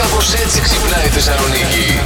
Κάπως έτσι ξυπνάει η Θεσσαλονίκη.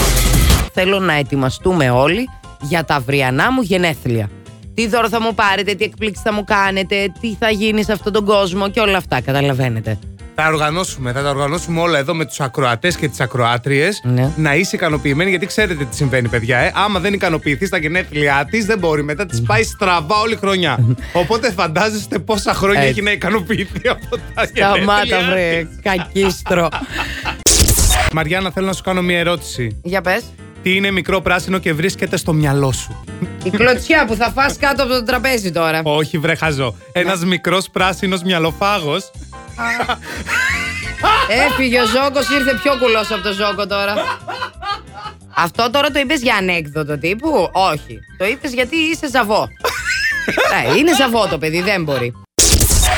Θέλω να ετοιμαστούμε όλοι για τα αυριανά μου γενέθλια. Τι δώρο θα μου πάρετε, τι εκπλήξεις θα μου κάνετε, τι θα γίνει σε αυτόν τον κόσμο και όλα αυτά, καταλαβαίνετε. Θα οργανώσουμε, θα τα οργανώσουμε όλα εδώ με τους ακροατές και τις ακροάτριες. Ναι. Να είσαι ικανοποιημένη, γιατί ξέρετε τι συμβαίνει, παιδιά. Ε. Άμα δεν ικανοποιηθείς τα γενέθλιά της, δεν μπορεί. Μετά τη πάει στραβά όλη χρονιά. Οπότε φαντάζεστε πόσα χρόνια Έτσι. έχει να ικανοποιηθεί από τα γενέθλιά. Σταμάτα, βρε, κακίστρο. της. Μαριάννα, θέλω να σου κάνω μία ερώτηση. για πες. Τι είναι μικρό πράσινο και βρίσκεται στο μυαλό σου. Η κλωτσιά που θα φας κάτω από το τραπέζι τώρα. Όχι, βρε χαζό. Ναι. Ένα μικρός πράσινος μυαλοφάγος. Έφυγε ο Ζόκο, ήρθε πιο κουλός από το Ζόκο τώρα. Αυτό τώρα το είπες για ανέκδοτο τύπου. Όχι. Το είπες γιατί είσαι ζαβό. Ναι, είναι ζαβό το παιδί, δεν μπορεί.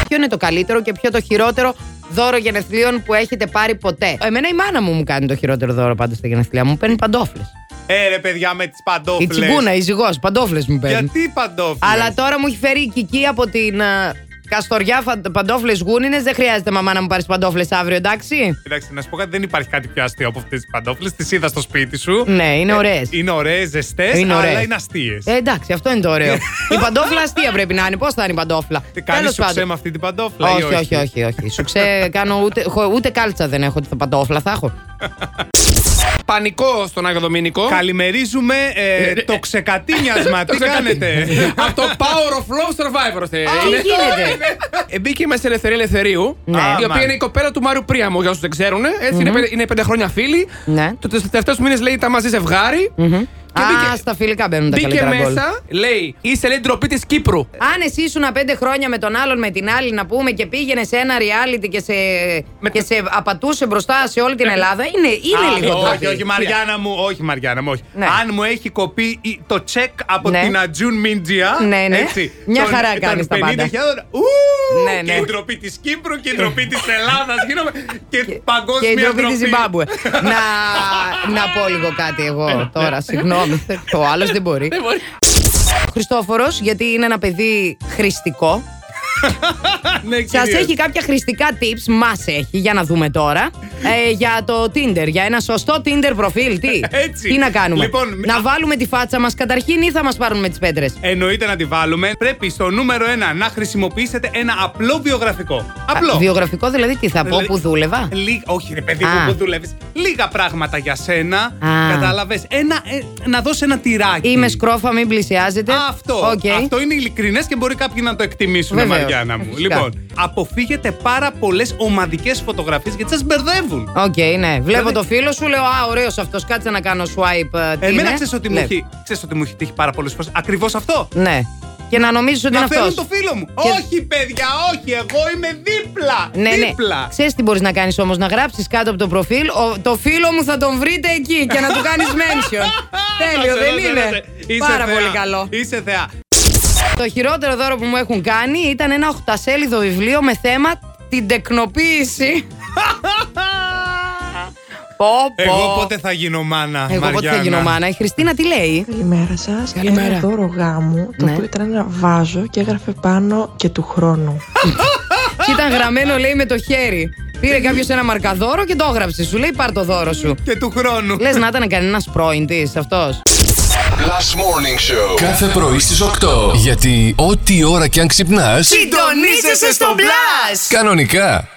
Ποιο είναι το καλύτερο και ποιο το χειρότερο δώρο γενεθλίων που έχετε πάρει ποτέ. Εμένα η μάνα μου μου κάνει το χειρότερο δώρο πάντα στα γενεθλιά μου. Παίρνει παντόφλες. Ε, ρε παιδιά με τις Η παντόφλες. τσιγκούνα, η ζυγός, παντόφλες μου παίρνει. Γιατί παντόφλες. Αλλά τώρα μου έχει φέρει η κική από την α, Καστοριά παντόφλες γούνινες. Δεν χρειάζεται μαμά να μου πάρεις παντόφλες αύριο, εντάξει. Κοιτάξτε, να σου πω κάτι, δεν υπάρχει κάτι πιο αστείο από αυτές τις παντόφλες. Τις είδα στο σπίτι σου. Ναι, είναι ωραίες. Είναι ωραίες, ζεστές, Είναι Ε, αλλά ωραίες. είναι αστείες. Ε, εντάξει, αυτό είναι το ωραίο. η παντόφλα αστεία πρέπει να είναι. Πώς θα είναι η παντόφλα. Τι κάνεις Τέλος Ε, σου πάντων. με αυτή την παντόφλα, ή Όχι, όχι, όχι, όχι. Σου ξέ, κάνω ούτε, χω- ούτε κάλτσα δεν έχω, ούτε παντόφλα θα έχω. Πανικό στον Άγιο Δομήνικο. Καλημερίζουμε ε, το ξεκατίνιασμα. Τι κάνετε. Από το Power of Love Survivor. θε, Τι είναι. γίνεται. Ε, Μπήκε μέσα στην Ελευθερία Ελευθερίου. Ναι. Η οποία Αμάν. είναι η κοπέλα του Μάριου Πρίαμου, για όσους δεν ξέρουν. Έτσι, είναι, πέντε, είναι πέντε χρόνια φίλοι. Ναι. Το τους τελευταίους μήνες λέει τα μαζί ζευγάρι. Και Α, μπήκε- στα φιλικά μπαίνουν τα Μπήκε καλύτερα γκολ. μέσα, λέει, είσαι λέει ντροπή της Κύπρου. Ε, Αν εσύ ήσουν πέντε χρόνια με τον άλλον, με την άλλη, να πούμε και πήγαινε σε ένα reality και σε, Με- και σε απατούσε μπροστά σε όλη την Ελλάδα, είναι, είναι Α, λίγο όχι, ντροπή. όχι, Μαριάννα μου, όχι, Μαριάννα μου, όχι. Ναι. Αν μου έχει κοπεί η- το τσεκ από Ναι. την Ατζούν Μίντζια. Ναι, ναι. Έτσι, Μια των- χαρά των κάνεις τα 50.000, ου, Ναι, ναι. Και η ντροπή της Κύπρου και η ντροπή της Ελλάδας. Γίνομαι και Και παγκόσμια η ντροπή ντροπή. τη Ζιμπάμπουε. να, να πω λίγο κάτι Ε, εγώ ναι. τώρα. Συγγνώμη. Ο άλλος δεν μπορεί. Δεν μπορεί. Χριστόφορος, γιατί είναι ένα παιδί χρηστικό. Ναι, Σας κυρίως. έχει κάποια χρηστικά tips, μας έχει, για να δούμε τώρα. Ε, για το Tinder, για ένα σωστό Tinder προφίλ. Τι, Έτσι. τι να κάνουμε. Λοιπόν, να βάλουμε τη φάτσα μας καταρχήν ή θα μας πάρουν με τις πέτρες. Εννοείται να τη βάλουμε. Πρέπει στο νούμερο 1 να χρησιμοποιήσετε ένα απλό βιογραφικό. Απλό. Βιογραφικό δηλαδή, τι θα πω, Δηλαδή, που δούλευα. Λί... Όχι, ρε παιδί Α. μου, που δουλεύει. Λίγα πράγματα για σένα. Α. Κατάλαβες. Ένα, ε, να δώσει ένα τυράκι. Είμαι σκρόφα, μην πλησιάζετε. Αυτό. Οκ. Αυτό είναι ειλικρινές και μπορεί κάποιοι να το εκτιμήσουν, Βεβαίως. Μαριάννα μου. Φυσικά. Λοιπόν, αποφύγετε πάρα πολλές ομαδικές φωτογραφίες γιατί σας μπερδεύουν. Οκ, ναι. Βλέπω Δηλαδή- το φίλο σου, λέω Α, ωραίος αυτός. Κάτσε να κάνω swipe. ε, τι Εμένα είναι». ξέρεις ότι, μου Βλέπω. έχει- ξέρεις ότι μου έχει τύχει πάρα πολλές φορές. Ακριβώς αυτό. Ναι. Και να νομίζεις ότι Να είναι φέρουν αυτός. το φίλο μου. Και- Όχι, παιδιά, όχι. Εγώ είμαι δίπλα. Ναι, ναι. δίπλα. Ξέρεις τι μπορείς να κάνεις όμως, να γράψεις κάτω από το προφίλ. «Ο- το φίλο μου θα τον βρείτε εκεί και να του κάνεις mention. Τέλειο, Άσε, δεν άσε, είναι. άσε. ναι, Είσαι Πάρα θεά. πολύ καλό. Είσαι θεά. Το χειρότερο δώρο που μου έχουν κάνει ήταν ένα οχτασέλιδο βιβλίο με θέμα την τεκνοποίηση. πω, πω. Εγώ πότε θα γίνω μάνα. Εγώ πότε θα Μαριάννα. γίνω μάνα. Η Χριστίνα τι λέει. Καλημέρα σας. Καλημέρα. Ένα δώρο γάμου, το Ναι. οποίο ήταν ένα βάζο και έγραφε πάνω και του χρόνου. Και ήταν γραμμένο, λέει, με το χέρι. Πήρε κάποιος ένα μαρκαδόρο και το έγραψε. Σου λέει, πάρ το δώρο σου. Και του χρόνου. Λες να ήταν κανένας πρώην της αυτός. Last Morning Show. Κάθε πρωί στις 8. Γιατί ό,τι ώρα κι αν ξυπνάς, Συντονίζεσαι στο μπλα! κανονικά